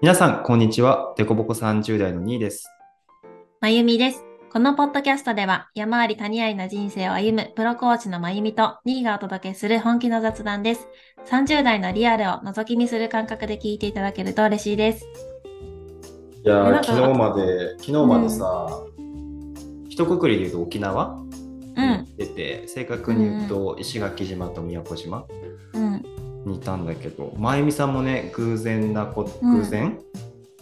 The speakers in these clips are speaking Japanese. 皆さん、こんにちは。デコボコ30代の2位です。まゆみです。このポッドキャストでは山あり谷ありな人生を歩むプロコーチのまゆみとニーがお届けする本気の雑談です。30代のリアルを覗き見する感覚で聞いていただけると嬉しいです。いやなー、んか昨日まで、昨日までさ、一括りで言うと沖縄うん、に出て、正確に言うと石垣島と宮古島うん、にいたんだけど、まゆみさんもね、偶然なこ、うん偶然、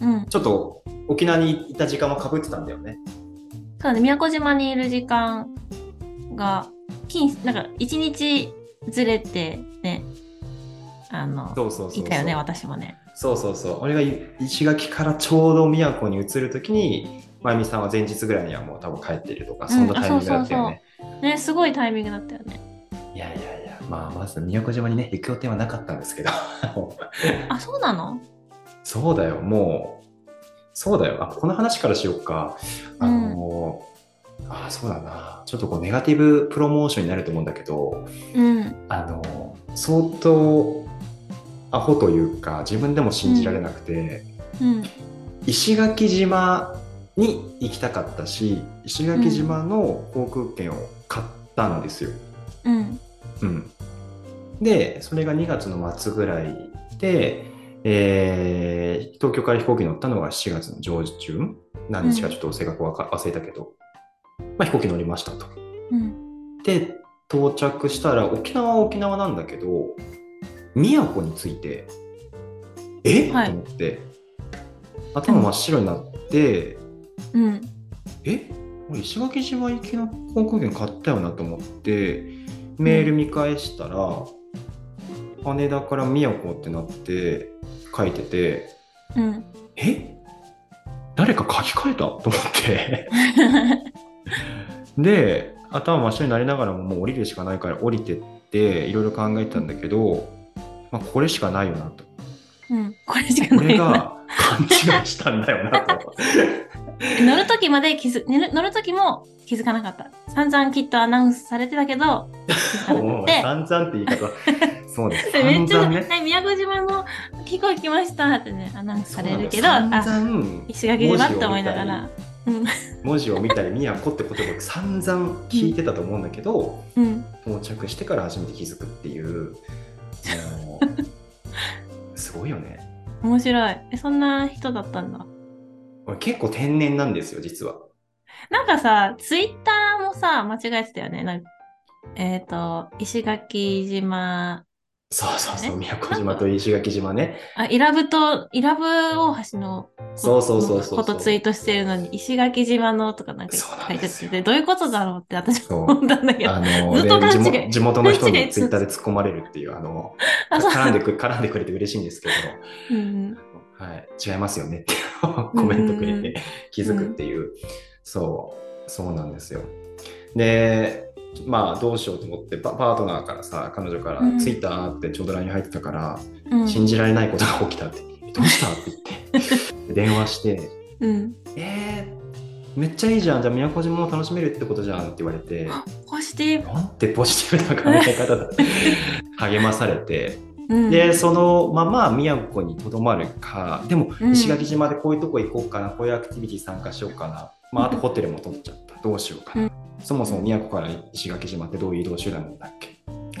うん。ちょっと沖縄にいた時間もかぶってたんだよね。そうね、宮古島にいる時間が、金、なんか一日ずれてね、あの、そうそうそうそう。いたよね、私もね。そうそうそう。俺が石垣からちょうど宮古に移るときに、まゆみさんは前日ぐらいにはもう多分帰ってるとか、そんなタイミングだったよね。うんあそうそうそうね、すごいタイミングだったよね。いやいやいや、まあ、まず宮古島にね、行く予定はなかったんですけど、 あ、そうなのそうだよ、もう、そうだよ、あこの話からしようか。あの、あそうだな、ちょっとこう、ネガティブプロモーションになると思うんだけど、うん、あの、相当、アホというか、自分でも信じられなくて、うん、石垣島に行きたかったし、石垣島の航空券を買ったんですよ。うん、うん、でそれが2月の末ぐらいで、えー東京から飛行機に乗ったのが4月の上旬何日かちょっと正確はわか忘れたけど、まあ、飛行機乗りましたと。うん。で到着したら沖縄は沖縄なんだけど宮古についてえっ、はいと思って頭真っ白になって、うんえ俺石垣島行きの航空券買ったよなと思ってメール見返したら、羽田から宮古ってなって書いててうん。え誰か書き換えたと思って で頭真っ白になりながらももう降りるしかないから降りてっていろいろ考えてたんだけど、まあ、これしかないよなとうん。これしかこなれい な。が勘違いしたんだよなと。乗る時まで気づ、寝る乗る時も気づかなかった。散々きっとアナウンスされてた けど、気づかなもくうて。散々って言い方そう ですでめ散っちゃ、々ねね、宮古島の飛行機来ましたってね、アナウンスされるけそうど、なんだよあ、散々石垣島って思いながら。うん。文字を見たり宮古って言葉を 散々聞いてたと思うんだけど、うん。到着してから初めて気づくっていうあのすごいよね面白い。えそんな人だったんだ。俺結構天然なんですよ実はなんかさ、ツイッターもさ、間違えてたよね。なんかえっ、と、石垣島、そうそうそうえ宮古島と石垣島ねあ、伊良部と、伊良部大橋のそうそうそうそうことツイートしてるのに、石垣島のとかなんか書そうなんいでてすてよどういうことだろうって私そう思ったんだけど。あのずっとで地勘違い元地元の人勘違にいツイッターで突っ込まれるっていうあ のあそう絡んでく絡んでくれて嬉しいんですけどうんはい、違いますよねって いうのをコメントくれて気づくっていう、そうそうなんですよでまあどうしようと思ってパパートナーからさ彼女から「うんツイッターってちょうど LINE 入ってたから、うん信じられないことが起きたって「どうした?」って言 って電話してうん。 「えー、めっちゃいいじゃんじゃあ宮古島も楽しめるってことじゃん」って言われ てポジティブ。なんてポジティブな考え方だ励まされてうんでそのまま宮古にとどまるかでもうん石垣島でこういうとこ行こうかな、こういうアクティビティ参加しようかな、まあ、あとホテルも取っちゃったどうしようかな、うんそもそも宮古から石垣島ってどういう移動手段なんだっけ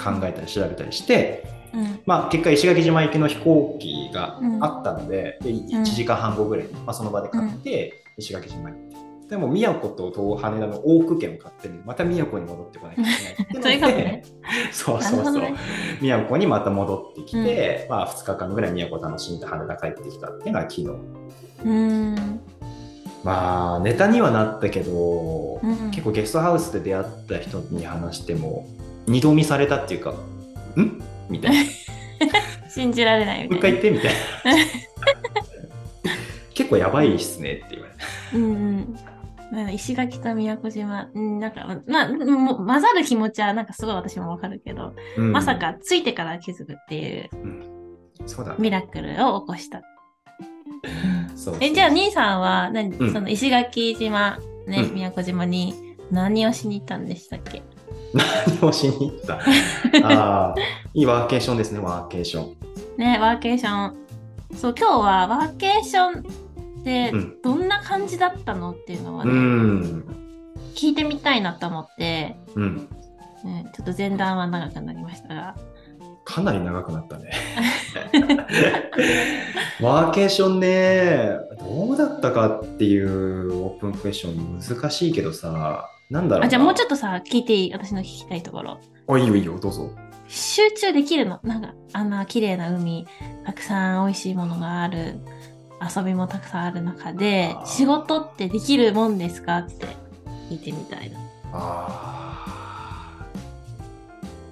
考えたり調べたりして、うんまあ、結果石垣島行きの飛行機があったので,、で1時間半後ぐらいに、まあ、その場で買って石垣島に行って。でも宮古と東羽田の往復券を買ってまた宮古に戻ってこなきゃいけそうないいうこと ね。 そうなそるうほそどう、ね。宮古にまた戻ってきて、まあ2日間ぐらい宮古楽しんで羽田帰ってきたっていうのは昨日うん。まあネタにはなったけど、うん結構ゲストハウスで出会った人に話しても二度見されたっていうか「ん?」みたいな「信じられなもういみ一た回い言な。って」みたいな結構やばいっすねって言われてうんうん。なんか石垣と宮古島、うん、なんか、まあ、もう混ざる気持ちは、なんかすごい私もわかるけど、うんまさかついてから気づくっていうそうだミラクルを起こした。そうそうえじゃあ 兄さんは何、うんその石垣島ね、うん宮古島に何をしに行ったんでしたっけ何をしに行ったああいいワーケーションですねワーケーションねワーケーションそう今日はワーケーションってうんどんな感じだったのっていうのはうね、ん。聞いてみたいなと思って、うん。うん、ちょっと前段は長くなりましたが、かなり長くなったね。 ワーケーションね、どうだったかっていうオープンクエスチョン難しいけどさ、なんだろうな。あじゃあもうちょっっとさ聞いていい私の聞きたいところと。あ、いいよいいよ、どうぞ。集中できるのなんかあんな綺麗な海たくさん美味しいものがある遊びもたくさんある中であー仕事ってできるもんですかって聞いてみたいなあ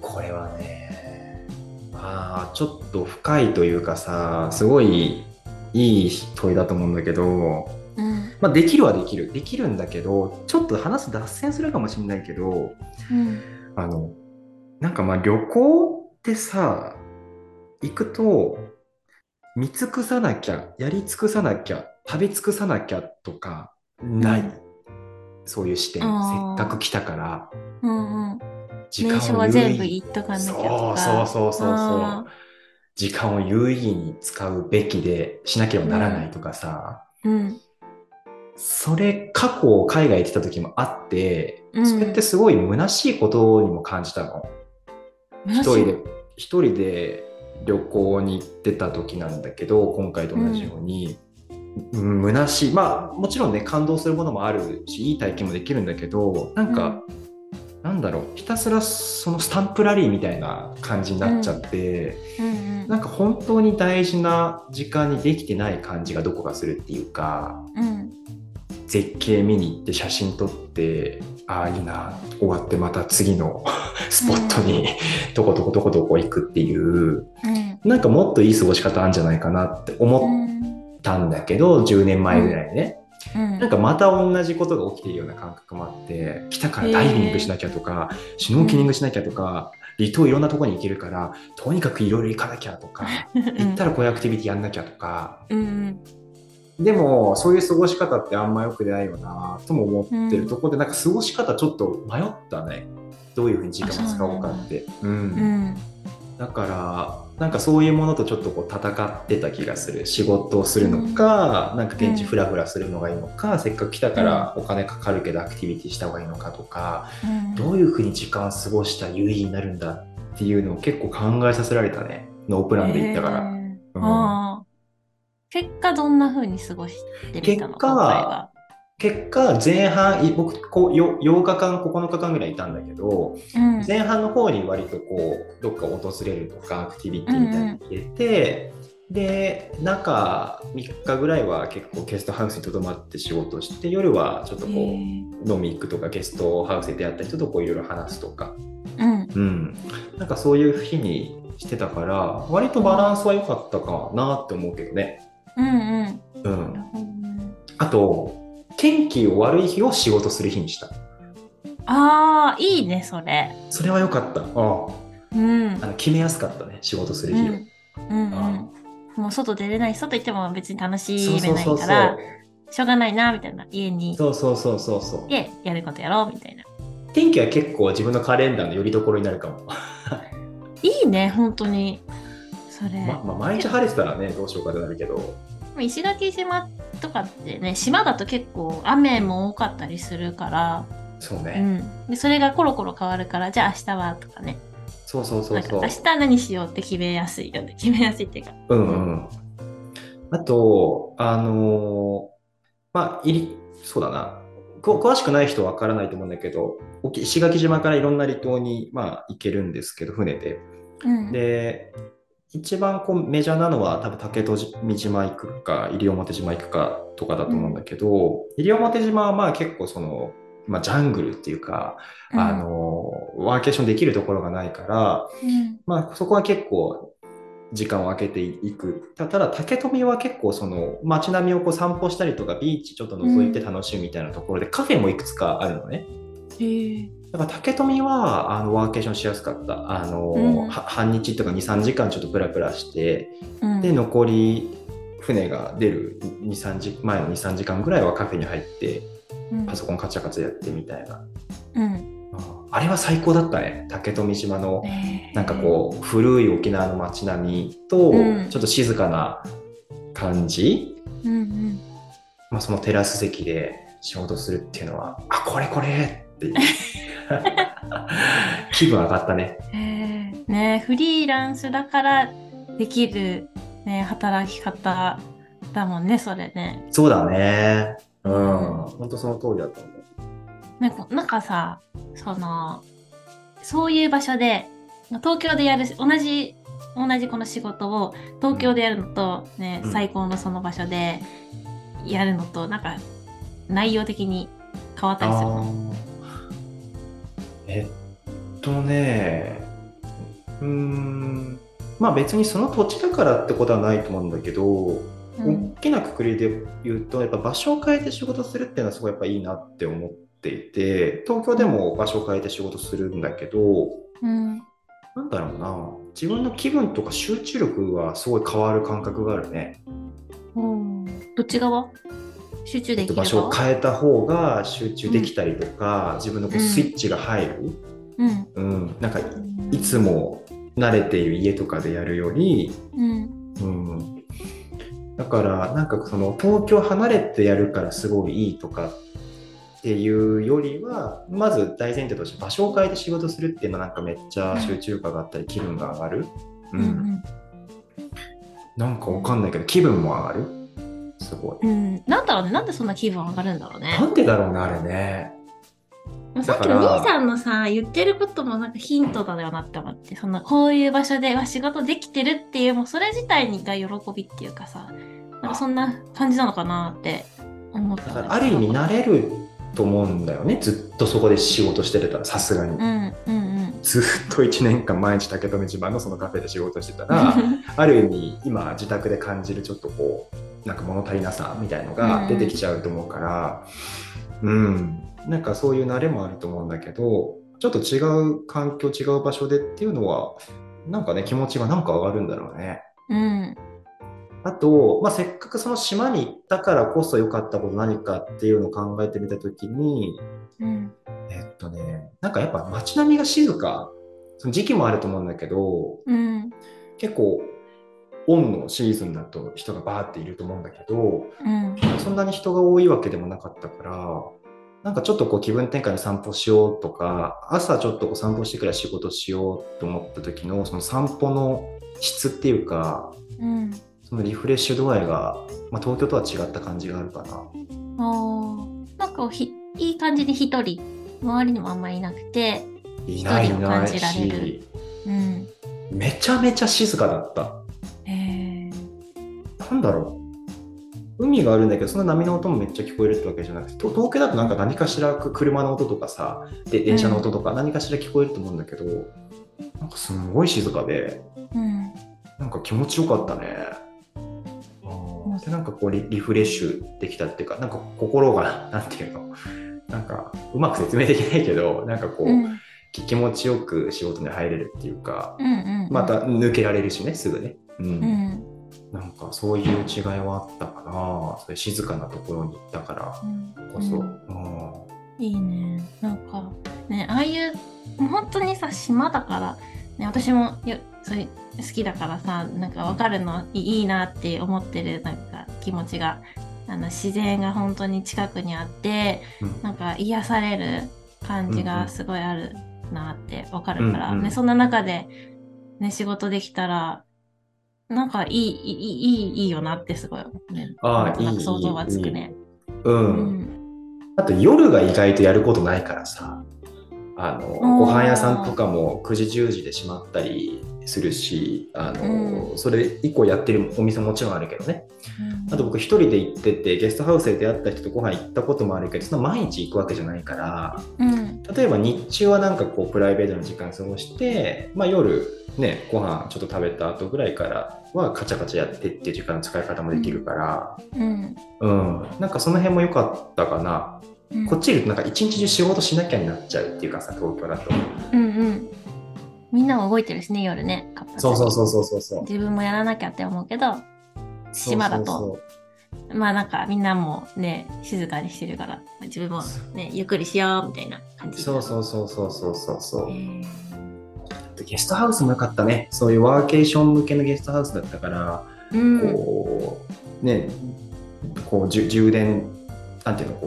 ーこれはねまあちょっと深いというかさすごいいい問いだと思うんだけど、うんまあ、できるはできるできるんだけどちょっと話す脱線するかもしれないけどうんあのなんかまあ旅行ってさ行くと見尽くさなきゃやり尽くさなきゃ食べ尽くさなきゃとかない、うんそういう視点せっあーかく来たから。うんうん時間名所は全部言っっとかなきゃとそうそうかそうそうそあう時間を有意義に使うべきでしなければならないとかさ、ーうんそれ過去海外行ってた時もあってうんそれってすごい虚しいことにも感じたの、一人で一人で旅行に行ってた時なんだけど今回と同じように、うん、虚しいまあもちろんね感動するものもあるしいい体験もできるんだけどなんか、なんだろうひたすらそのスタンプラリーみたいな感じになっちゃって、うんうんなんか本当に大事な時間にできてない感じがどこかするっていうかうん絶景見に行って写真撮ってああいいな終わってまた次の スポットに、どこどこどこどこ行くっていううんなんかもっといい過ごし方あるんじゃないかなってう思っんたんだけど、10年前ぐらいね、うんなんかまた同じことが起きているような感覚もあって来たからダイビングしなきゃとか、シュノーケリングしなきゃとか離島いろんなとこに行けるからとにかくいろいろ行かなきゃとか行ったらこういうアクティビティやんなきゃとかうんうんでもそういう過ごし方ってあんま良くないよなとも思ってるところで、なんか過ごし方ちょっと迷ったねどういうふうに時間を使おうかって。うんうんだからなんかそういうものとちょっとこう戦ってた気がする仕事をするのか、なんか現地フラフラするのがいいのか、せっかく来たからお金かかるけどアクティビティした方がいいのかとか、うんどういうふうに時間を過ごしたら有意義になるんだっていうのを結構考えさせられたねノープランで行ったから、えーうんあー結果どんな風に過ごしてみたの結果は結果前半い僕こうよ8日間9日間ぐらいいたんだけど、今回は前半の方に割とこうどっか訪れるとかアクティビティみたいなの入れて、で中3日ぐらいは結構ゲストハウスにとどまって仕事して夜はちょっとうんこう飲み行くとかゲストハウスで出会った人とこういろいろ話すとか、えーうんうん、なんかそういう日にしてたから割とバランスは良かったかなって思うけどね。うんうんうなるん、ほどねあと天気を悪い日を仕事する日にしたあーいいねそれそれは良かった、うん、うんあの決めやすかったね仕事するう日を。んうんあうんもう外出れない外行っても別に楽しそうめそうないそうかそうらしょうがないなみたいな家にそうそうそうそうそう。でやることやろうみたいな天気は結構自分のカレンダーのよりどころになるかも。いいね本当にそれ、ままあ、毎日晴れてたらね、どうしようかってなるけど。石垣島とかってね島だと結構雨も多かったりするからそううね。ん、でそれがコロコロ変わるからじゃあ明日はとかねそうそうそうそうなんか。明日何しようって決めやすいよね決めやすいっていうかうんうん。あと、あのーまあ、いり、そうだな。こ詳しくない人はわからないと思うんだけど、沖石垣島からいろんな離島に、まあ、行けるんですけど、船で。うんで、一番こうメジャーなのは多分竹富島行くか西表島行くかとかだと思うんだけど、西表島はまあ結構その、まあ、ジャングルっていうか、うんあのワーケーションできるところがないから、うんまあ、そこは結構時間を空けていくたただ竹富は結構その街並みをこう散歩したりとかビーチちょっと覗いて楽しむみたいなところで、カフェもいくつかあるのね。だから竹富はあのワーケーションしやすかったあの、うんは半日とか23時間ちょっとプラプラしてうんで残り船が出る23時前の23時間ぐらいはカフェに入ってうんパソコンカチャカチャやってみたいな、うんああれは最高だったね竹富島のえーなんかこう古い沖縄の街並みとうんちょっと静かな感じ、うんうん。まあ、そのテラス席で仕事するっていうのは、あ、これこれ っていう。気分上がったね。えーねフリーランスだからできる、ね、働き方だもんねそれねそうだね。うん。本当その通りだと思う。なんかなんかさそのそういう場所でまあ東京でやる同じ同じこの仕事を東京でやるのと、ねうん最高のその場所でやるのとなんか内容的に変わったりするのあーえっとねうーんまあ別にその土地だからってことはないと思うんだけど、うん大きなくくりで言うとやっぱ場所を変えて仕事するっていうのはすごいやっぱいいなって思っていて東京でも場所を変えて仕事するんだけどうんなんだろうな自分の気分とか集中力がすごい変わる感覚があるね。うんどっち側集中できる場側所を変えた方が集中できたりとか、自分のこうスイッチが入る、うんうん、なんかいつも慣れている家とかでやるより、うんうん、だからなんかその東京離れてやるからすごいいいとかっていうよりはまず大前提として場所を変えて仕事するっていうのはなんかめっちゃ集中感があったり気分が上がる、ううんんうんなんかわかんないけど気分も上がるすごい。うん、なんだろうね、なんでそんな気分上がるんだろうねな。んでだろうなあれね。まあさっきの兄さんのさ、言ってることもなんかヒントだよなって思って、そのこういう場所でわ仕事できてるっていう、もうそれ自体が喜びっていうかさ、なんかそんな感じなのかなって思っだたかね。らある意味慣れると思うんだよねずっとそこで仕事してたらさすがに、うんうんうん。ずっと1年間毎日竹富島のそのカフェで仕事してたらある意味今自宅で感じるちょっとこうなんか物足りなさみたいのが出てきちゃうと思うからうん、なんかそういう慣れもあると思うんだけどちょっと違う環境違う場所でっていうのはなんかね気持ちがなんか上がるんだろうね。 うんあと、まあ、せっかくその島に行ったからこそ良かったこと何かっていうのを考えてみたときに、うんえっとね、なんかやっぱ街並みが静か、その時期もあると思うんだけど、うん結構、オンのシーズンだと人がバーっていると思うんだけど、うんそんなに人が多いわけでもなかったから、なんかちょっとこう気分転換に散歩しようとか、朝ちょっとこう散歩してから仕事しようと思った時の、その散歩の質っていうか、うん。そのリフレッシュ度合いが、まあ、東京とは違った感じがあるかな。おーなんかひいい感じで一人、周りにもあんまりいなくて、いないい一人なを感いじられるし、うん。めちゃめちゃ静かだった。えなんだろう。海があるんだけど、その波の音もめっちゃ聞こえるってわけじゃなくて、と東京だとなんか何かしら車の音とかさ、で電車の音とか何かしら聞こえると思うんだけど、なんかすごい静かで、うん。なんか気持ちよかったね。あーでなんかこうリリフレッシュできたっていうか、なんか心が、なんていうの、なんかうまく説明できないけど、なんかこう、うんき気持ちよく仕事に入れるっていうか、うんうんうんまた抜けられるしねすぐね、うんうんなんかそういう違いはあったかなそういう静かなところに行ったからうんこそ、ううんんいいねなんかねああいうもう本当にさ島だから、ね、私もよそういう好きだからさなんか分かるのいいいいなって思ってるなんか気持ちがあの自然が本当に近くにあってうんなんか癒される感じがすごいあるなって分かるから、うんうんね、そんな中で、ね、仕事できたらなんかいいいいいいいいよなってすごい、ね、ああなんいかい想像がつくね。うんうんあと夜が意外とやることないからさあのんご飯屋さんとかも9時10時で閉まったりするしあの、それ以降やってるお店ももちろんあるけどねあと僕一人で行っててゲストハウスで出会った人とご飯行ったこともあるけどそんな毎日行くわけじゃないからうん例えば日中はなんかこうプライベートの時間過ごして、まあ、夜ねご飯ちょっと食べた後ぐらいからはカチャカチャやってっていう時間の使い方もできるから、うんうんなんかその辺も良かったかな、うんこっちいるとなんか一日中仕事しなきゃになっちゃうっていうかさ東京だとうんうんみんなも動いてるしね夜ね活発そにうそうそうそうそうそう自分もやらなきゃって思うけど島だとそうまあなんかみんなもね静かにしてるから自分もねゆっくりしようみたいな感じそうそうそうそうそうそうそうへーゲストハウスも良かったねそういうワーケーション向けのゲストハウスだったからうんこうね、こうじゅ充電、なんていうの、こ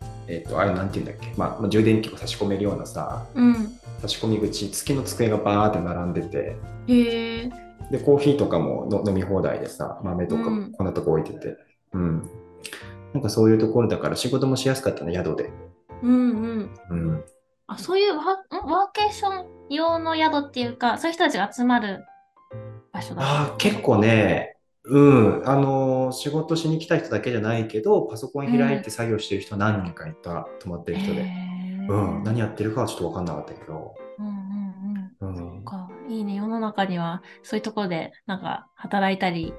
う、えっと、あれなんていうんだっけ、まあまあ、充電器を差し込めるようなさ、うん。差し込み口、付きの机がバーって並んでて、へえ。で、コーヒーとかもの飲み放題でさ、豆とかうんこんなとこ置いてて、うん。なんかそういうところだから仕事もしやすかったね、宿で。うんうん。うん。あ、そういうワーんワーケーション用の宿っていうか、そういう人たちが集まる場所だ。ああ、結構ね、うん。あのー仕事しに来た人だけじゃないけど、パソコン開いて作業してる人何人かいた、泊まってる人へで。えうん。何やってるかはちょっと分かんなかったけど。うんうんうん。うそんっ。かいいね、世の中にはそういうところでなんか働いたり、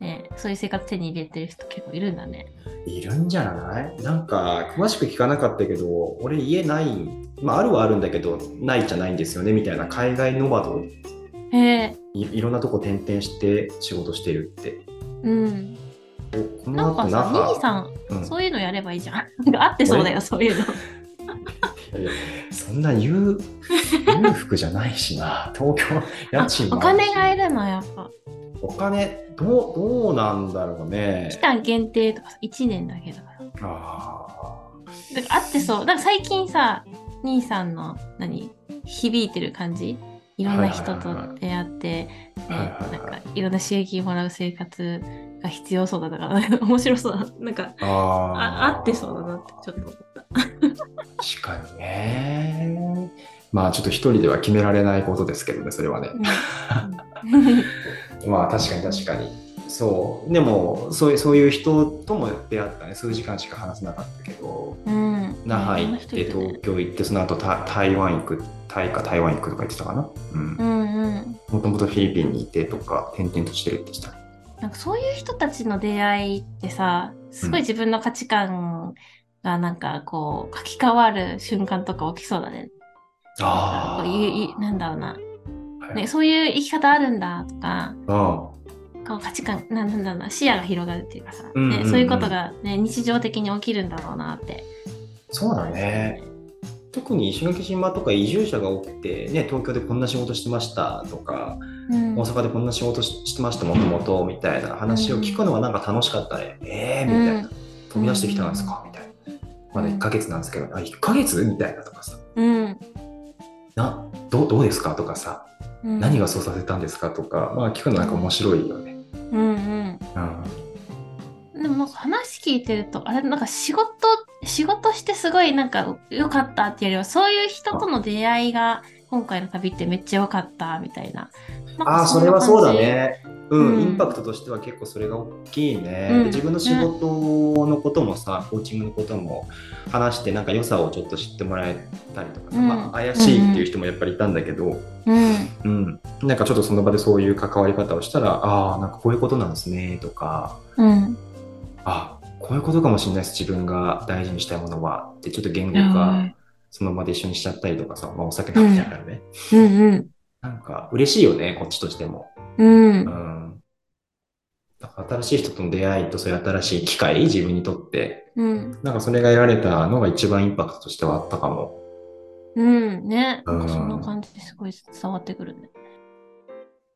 ね、そういう生活手に入れてる人結構いるんだね。いるんじゃないなんか、詳しく聞かなかったけど、俺家ない、まああるはあるんだけど、ないじゃないんですよね、みたいな海外ノマドへえ、いいろんなとこ転々して仕事してるって。うん。おこなのんか後さ、中兄さん、うんそういうのやればいいじゃん。なんか合ってそうだよ、そういういの。やいやそんな 裕裕福じゃないしな、東京、家賃あおもあるし金がいるの、やっぱ。お金どう、どうなんだろうね。期間限定とかさ、1年だけだから。あだから合ってそう。なんか最近さ、兄さんの何、響いてる感じいろんな人と出会って、ーねはいなんはいはかい。いろんな刺激をもらう生活が必要そうだとか、なんか 面白そうだな。なんかあああ合ってそうだなってちょっと思った。確かにね。まあちょっと一人では決められないことですけどね、それはね。まあ確かに確かに。そう。でも、そういうそういう人とも出会ったね。数時間しか話せなかったけど。うん、 那覇行っいてろんな人い東るね京行ってその後タ台湾行くタイか台湾行くとか言ってたかなうんうんうん。もともとフィリピンにいてとか転々としてるってしたなんかそういう人たちの出会いってさ、すごい自分の価値観がなんかこう書き換わる瞬間とか起きそうだね。あこういういなんだろうな、はいね、そういう生き方あるんだとか、あこう価値観なんなんだろうな視野が広がるっていうかさ、ねうんうんうんそういうことが、ね、日常的に起きるんだろうなって。そうだね特に石垣島とか移住者が多くて、ね、東京でこんな仕事してましたとか、うん大阪でこんな仕事ししてましたもともとみたいな話を聞くのはなんか楽しかったね、えーみたいな飛び出してきたんですかみたいなまだ1ヶ月なんですけど、あ1ヶ月みたいなとかさうんなどうどうですかとかさうん、何がそうさせたんですかとか、まあ、聞くのなんか面白いよね。うんうんうん、でもなんか話聞いてるとあれなんか仕事仕事してすごいなんか良かったっていうよりはそういう人との出会いが今回の旅ってめっちゃ良かったみたいな。なんかああそんれなは感じそうだ。ね。うん、うんインパクトとしては結構それが大きいね。うんで自分の仕事のこともさ、コーチングのことも話してなんか良さをちょっと知ってもらえたりとかさ、うんまあ、怪しいっていう人もやっぱりいたんだけど、うんうんなんかちょっとその場でそういう関わり方をしたらああなんかこういうことなんですねとかうんあこういうことかもしれないです自分が大事にしたいものはってちょっと言語化その場で一緒にしちゃったりとかさ、まあ、お酒飲みながらね、うんなんか嬉しいよね、こっちとしても。うんううんん。だから新しい人との出会いと、そういう新しい機会、自分にとって、うんなんかそれが得られたのが一番インパクトとしてはあったかも。うんねうんなんかそんな感じすごい伝わってくるね。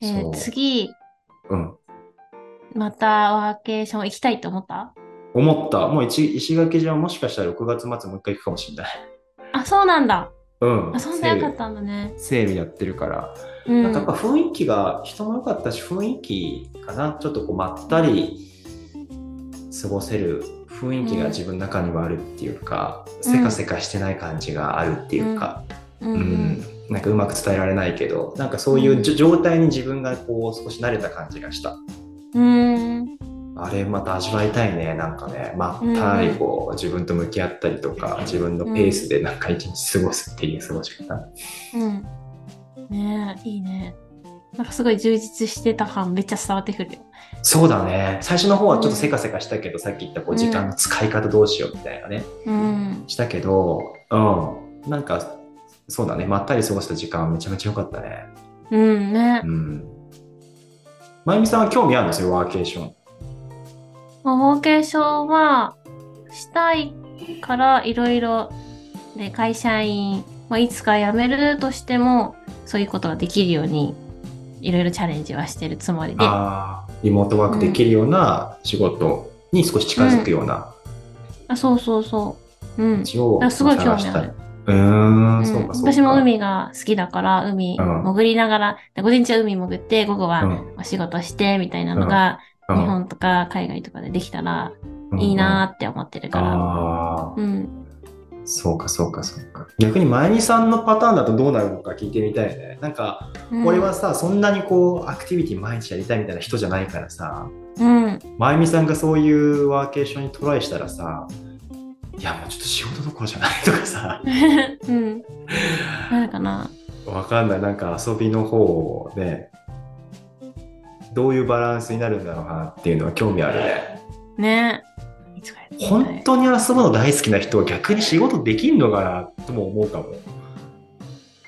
えーそう次うん。またワーケーション行きたいと思った思った。もう一石垣島もしかしたら6月末もう一回行くかもしれない。あそうなんだ。うん。あそんな良かったんだね。整備やってるから。うんなんかやっぱ雰囲気が、人も良かったし、雰囲気かな。ちょっとこう、まったり過ごせる雰囲気が自分の中にはあるっていうか、うんせかせかしてない感じがあるっていうか、うんううんんなんかうまく伝えられないけど、なんかそういうじょ状態に自分がこう、少し慣れた感じがした。うんあれまた味わいたいね、なんかね、まったりこう、自分と向き合ったりとか、自分のペースでなんか一日過ごすっていう過ごし方。うん。ねえ、いいね。なんかすごい充実してた感めっちゃ伝わってくるよ。そうだね最初の方はちょっとせかせかしたけど、さっき言ったこう時間の使い方どうしようみたいなね、うん。したけどうんなんかそうだねまったり過ごした時間はめちゃめちゃ良かったねうんねう。んまゆみさんは興味あるんですよワーケーションまあワーケーションはしたいからいろいろで会社員、まあ、いつか辞めるとしてもそういうことができるようにいろいろチャレンジはしてるつもりで。ああリモートワークできるような仕事に少し近づくようなあそうそうそう。うん。道をあすごい興探味しあたい。るうーん、そうかそうか。私も海が好きだから、海うん潜りながら、で午前中は海潜って、午後うはんお仕事して、みたいなのが、日本とか海外とかでできたらうんいいなーって思ってるから。あうあ、ん。そうかそうかそうか。逆に前にさんのパターンだとどうなるのか聞いてみたいね。なんか、うん俺は、さ、そんなにこう、アクティビティ毎日やりたいみたいな人じゃないからさ、うん。まゆみさんがそういうワーケーションにトライしたらさ、いや、もうちょっと仕事どころじゃないとかさ、 うん。 なるかな。わかんない。なんか遊びの方で、どういうバランスになるんだろうなっていうのは興味あるね。ね。いつかやってみたい本当に遊ぶの大好きな人は逆に仕事できんのかなとも思うかも。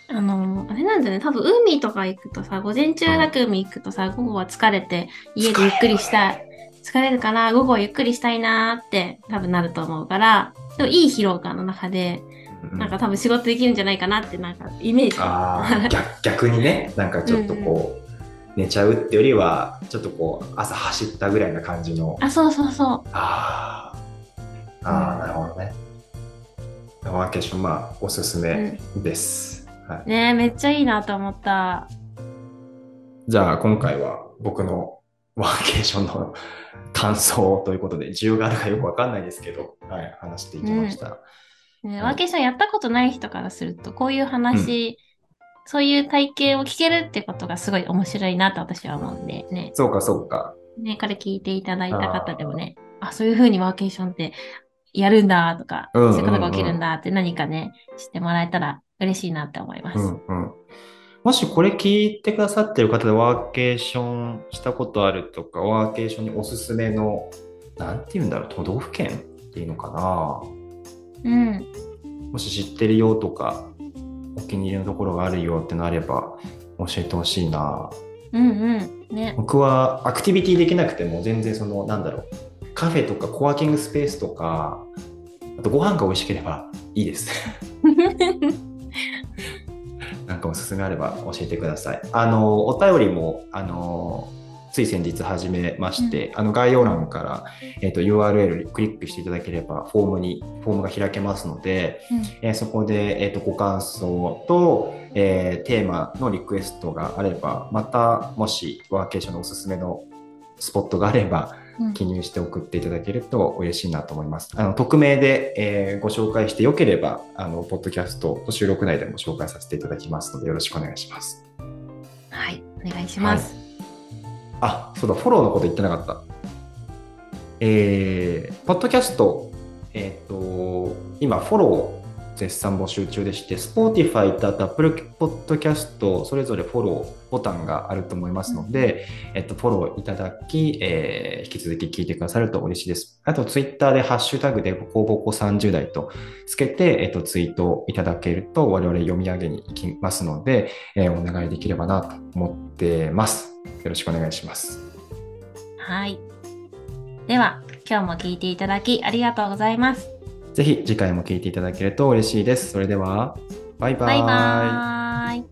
あの、あれなんだよね。多分海とか行くとさ、午前中だけ海行くとさ、午後は疲れて、家でゆっくりしたい。疲れるから、午後はゆっくりしたいなーって多分なると思うから、でもいい疲労感の中で、うなんか多分仕事できるんじゃないかなって、なんかイメージ。あー逆逆にねなんかちょっとこう、寝ちゃうってよりはちょっとこう朝走ったぐらいな感じのあ、そうそうそあーあーなるほどねワーケーションまあおすすう。うめん、です、はい、ねえめっちゃいいなと思った。じゃあ今回は僕のワーケーションの 感想ということで需要があるかよくわかんないですけど、はい、話していきました、ね、いワーケーションやったことない人からすると、こういう話、そういう体験を聞けるってことがすごい面白いなと私は思うんで、ね。そうかそうかね、これ聞いていただいた方でもね、あそういうふうにワーケーションってやるんだとか、うんうんうんそういうことが起きるんだって何かね、知ってもらえたら嬉しいなって思います。うんうん、もしこれ聞いてくださってる方でワーケーションしたことあるとかワーケーションにおすすめのなんて言うんだろう都道府県っていうのかなうん。もし知ってるよとかお気に入りのところがあるよってのあれば教えてほしいなうんうん。ね。 僕はアクティビティできなくても全然そのなんだろうカフェとかコワーキングスペースとかあとご飯が美味しければいいですなんかおすすめあれば教えてください。あのお便りもあのつい先日始めまして、あの概要欄から、えっと URL クリックしていただければフォームにフォームが開けますので、うんえーそこで、えっとご感想と、えーテーマのリクエストがあればまたもしワーケーションのおすすめのスポットがあればうん記入して送っていただけると嬉しいなと思います。あの匿名で、えーご紹介してよければあのポッドキャストと収録内でも紹介させていただきますのでよろしくお願いします。はい。お願いします。あそうだフォローのこと言ってなかった。えーポッドキャスト、えー、と今フォロー絶賛募集中でして Spotify とあと Apple Podcast それぞれフォローボタンがあると思いますので、えっと、フォローいただき、えー引き続き聞いてくださると嬉しいです。あと、ツイッターでハッシュタグで、ボコボコ30代とつけて、えっと、ツイートいただけると、我々読み上げに行きますので、えーお願いできればなと思ってます。よろしくお願いします。はい。では、今日も聞いていただきありがとうございます。ぜひ次回も聞いていただけると嬉しいです。それでは、バイババイ。イバーイ。